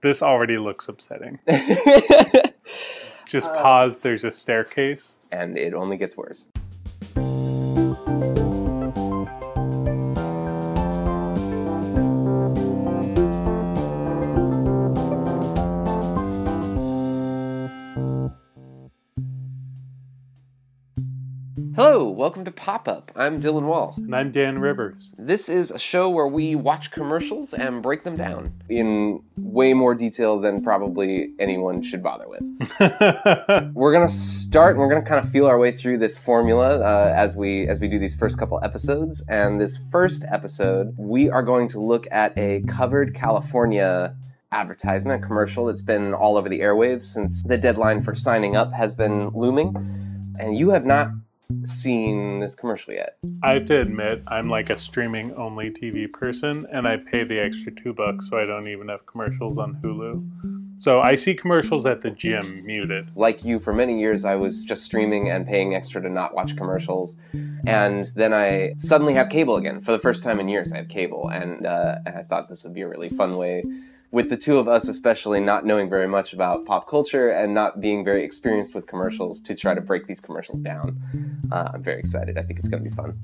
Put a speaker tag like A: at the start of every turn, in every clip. A: This already looks upsetting.
B: and
A: Just pause. There's a staircase.
B: it only gets worse. Hello, welcome to Pop Up. I'm Dylan Wall.
A: And I'm Dan Rivers.
B: This is a show where we watch commercials and break them down in way more detail than probably anyone should bother with. We're gonna start, and we're gonna kind of feel our way through this formula uh, as we as we do these first couple episodes. And this first episode, we are going to look at a covered California advertisement commercial that's been all over the airwaves since the deadline for signing up has been looming. And you have not seen this commercial yet.
A: I have to admit, I'm like a streaming only TV person, and I pay the extra two bucks so I don't even have commercials on Hulu. So I see commercials at the gym muted.
B: like you for many years i was just streaming and paying extra to not watch commercials and then i suddenly have cable again for the first time in years i have cable and, uh, and i thought this would be a really fun way with the two of us especially not knowing very much about pop culture and not being very experienced with commercials to try to break these commercials down uh, i'm very excited i think it's going to be fun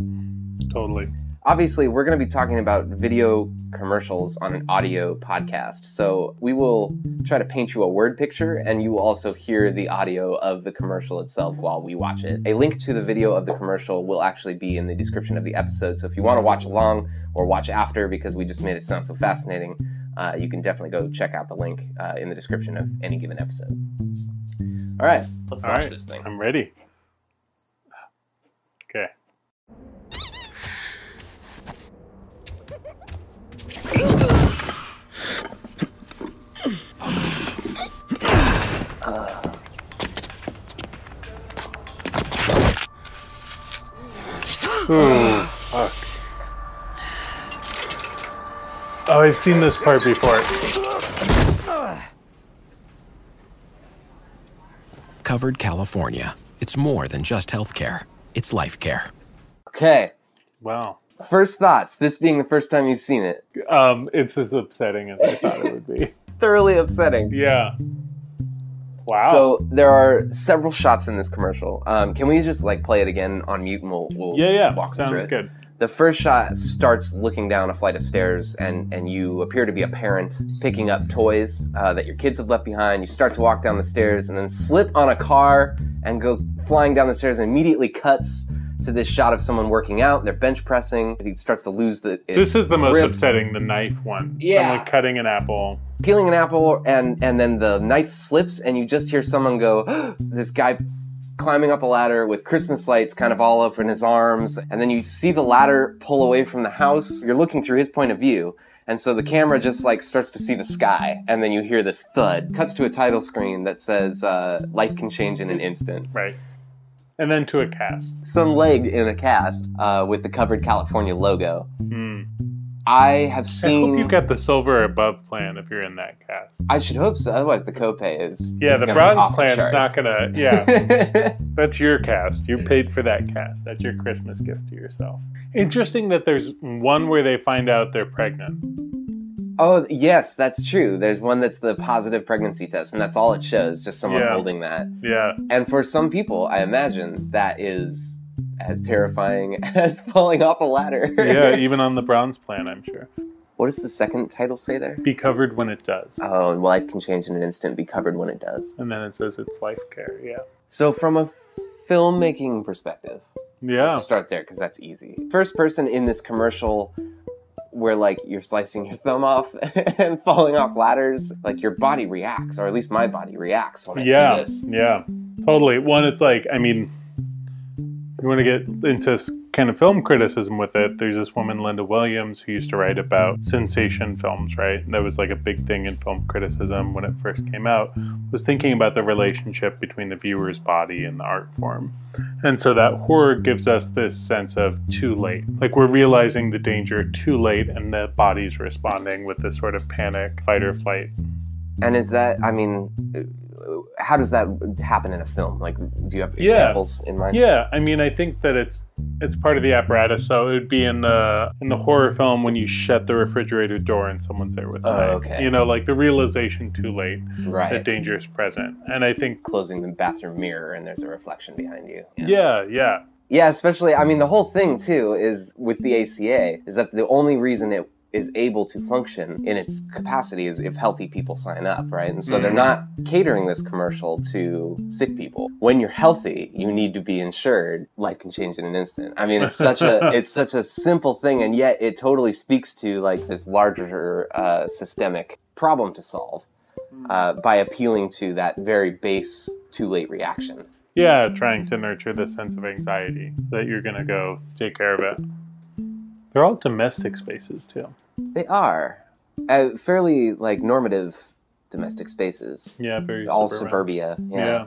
A: Totally.
B: obviously we're going to be talking about video commercials on an audio podcast so we will try to paint you a word picture and you will also hear the audio of the commercial itself while we watch it a link to the video of the commercial will actually be in the description of the episode so if you want to watch along or watch after because we just made it sound so fascinating uh, you can definitely go check out the link uh, in the description of any given episode all right let's
A: All
B: watch
A: right.
B: this thing
A: I'm ready. Okay. Ooh, fuck. Oh, I've seen this part before.
C: Covered California. It's more than just healthcare, it's life care.
B: okay
A: Wow.
B: first thoughts this being the first time you've seen it
A: Um, it's as upsetting as I thought it would be.
B: thoroughly upsetting
A: Yeah. Wow.
B: So there are several shots in this commercial. Um, can we just like play it again on mute and we'll, we'll
A: yeah, yeah,
B: walk through
A: sounds
B: it?
A: good.
B: The first shot starts looking down a flight of stairs, and and you appear to be a parent picking up toys uh, that your kids have left behind. You start to walk down the stairs, and then slip on a car and go flying down the stairs, and immediately cuts. To this shot of someone working out, they're bench pressing. He starts to lose the.
A: This is the most
B: grip.
A: upsetting, the knife one.
B: Yeah.
A: Someone cutting an apple.
B: peeling an apple and and then the knife slips and you just hear someone go this guy climbing up a ladder with christmas lights kind of all up in his arms and then you see the ladder pull away from the house you're looking through his point of view and so the camera just like starts to see the sky and then you hear this thud cuts to a title screen that says uh, life can change in an instant
A: Right. And then to a cast.
B: some leg in a cast uh, with the covered california logo
A: Hmm.
B: i have
A: I
B: seen
A: hope you got the silver above plan if you're in that cast.
B: I should hope so otherwise the copay is
A: Yeah,
B: is
A: the
B: gonna be
A: bronze
B: off the
A: plan's not
B: charts.
A: gonna. Yeah, that's your cast. You paid for that cast. That's your Christmas gift to yourself. Interesting that there's one where they find out they're pregnant.
B: Oh yes, that's true. There's one that's the positive pregnancy test, and that's all it shows, just someone
A: Yeah.
B: holding that.
A: Yeah.
B: And for some people, I imagine that is as terrifying as falling off a ladder.
A: Yeah, even on the bronze plan, I'm sure.
B: what does the second title say there?
A: Be covered when it does.
B: Oh, and life can change in an instant, be covered when it does.
A: And then it says it's life care. Yeah.
B: So from a filmmaking perspective,
A: Yeah.
B: Let's start there because that's easy. First person in this commercial where like you're slicing your thumb off and falling off ladders, like your body reacts, or at least my body reacts when I
A: yeah,
B: see this.
A: Yeah, totally. One, it's like, I mean, you want to get into s- kind of film criticism with it. There's this woman, Linda Williams, who used to write about sensation films, right? And that was like a big thing in film criticism when it first came out, was thinking about the relationship between the viewer's body and the art form. And so that horror gives us this sense of too late. Like we're realizing the danger too late, and the body's responding with this sort of panic, fight or flight
B: And is that, I mean, uh, how does that happen in a film? Like, do you have
A: Yeah.
B: examples in mind?
A: Yeah, I mean, I think that it's it's part of the apparatus. So it would be in the in the horror film when you shut the refrigerator door and someone's there with a
B: Oh,
A: knife.
B: okay.
A: You know, like the realization too late that
B: Right.
A: danger is present. And I think,
B: Closing the bathroom mirror and there's a reflection behind you.
A: yeah, yeah,
B: Yeah, especially I mean the whole thing too is with the ACA is that the only reason it is able to function in its capacity is if healthy people sign up, right? And so they're
A: Mhm.
B: not catering this commercial to sick people. When you're healthy, you need to be insured. Life can change in an instant. I mean, it's such a it's such a simple thing, and yet it totally speaks to like this larger uh, systemic problem to solve uh, by appealing to that very base too late reaction.
A: yeah. Trying to nurture the sense of anxiety that you're gonna go take care of it. They're all domestic spaces too.
B: They are uh, fairly like normative domestic spaces.
A: Yeah, very
B: All
A: suburban.
B: suburbia. Yeah.
A: Yeah,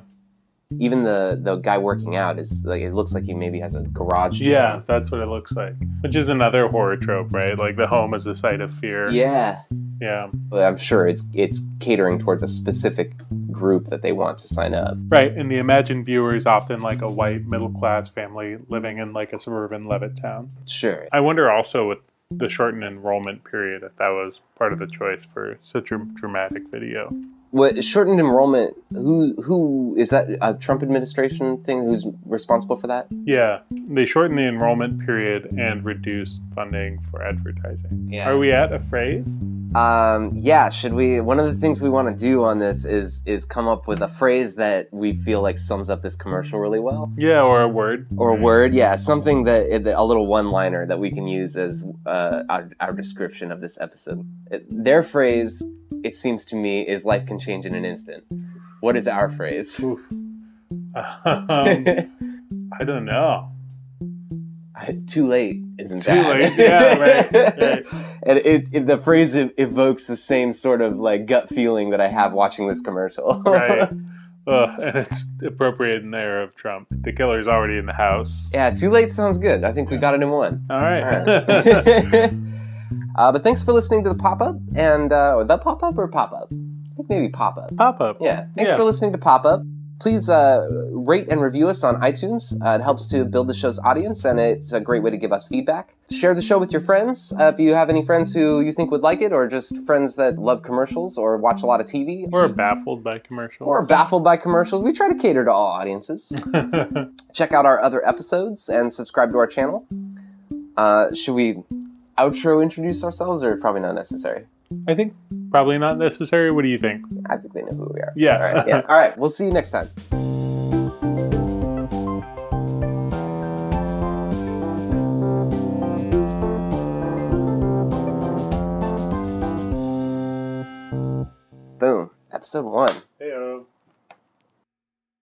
B: Even the the guy working out is like it looks like he maybe has a garage. gym.
A: yeah, that's what it looks like. Which is another horror trope, right? Like the home is a site of fear.
B: Yeah.
A: yeah.
B: But I'm sure it's it's catering towards a specific group that they want to sign up.
A: Right, and the imagined viewer is often like a white middle class family living in like a suburban Levitt town.
B: Sure.
A: I wonder also with the shortened enrollment period if that was part of the choice for such a dramatic video.
B: What shortened enrollment? Who who is that? A Trump administration thing? Who's responsible for that?
A: Yeah, they shortened the enrollment period and reduced funding for advertising.
B: Yeah.
A: Are we at a phrase?
B: Um, yeah, should we? One of the things we want to do on this is is come up with a phrase that we feel like sums up this commercial really well.
A: Yeah, or a word.
B: or a
A: Right.
B: word yeah something that that- a little one-liner that we can use as uh, our, our description of this episode It- their phrase it seems to me is life can change in an instant what is our phrase
A: Oof. Um, I don't know.
B: too late isn't
A: Too
B: bad.
A: late, yeah, right, right.
B: and it, it, the phrase ev- evokes the same sort of like gut feeling that i have watching this commercial
A: Right. Ugh, and it's appropriate in the era of Trump. The killer's already in the house.
B: yeah too late sounds good i think we got it in one
A: All right.
B: uh, but thanks for listening to the pop up and uh, or the pop up or pop up. I think maybe pop up.
A: Pop up.
B: Yeah. Thanks
A: Yeah.
B: for listening to pop up. Please uh, rate and review us on iTunes. Uh, it helps to build the show's audience, and it's a great way to give us feedback. Share the show with your friends. Uh, if you have any friends who you think would like it, or just friends that love commercials or watch a lot of TV,
A: We're baffled by commercials.
B: or are baffled by commercials, we try to cater to all audiences. check out our other episodes and subscribe to our channel. Uh, should we outro introduce ourselves or probably not necessary?
A: I think probably not necessary. What do you think?
B: I think they know who we are.
A: Yeah.
B: All right. Yeah. All right. We'll see you next time. Boom. Episode one.
A: Heyo.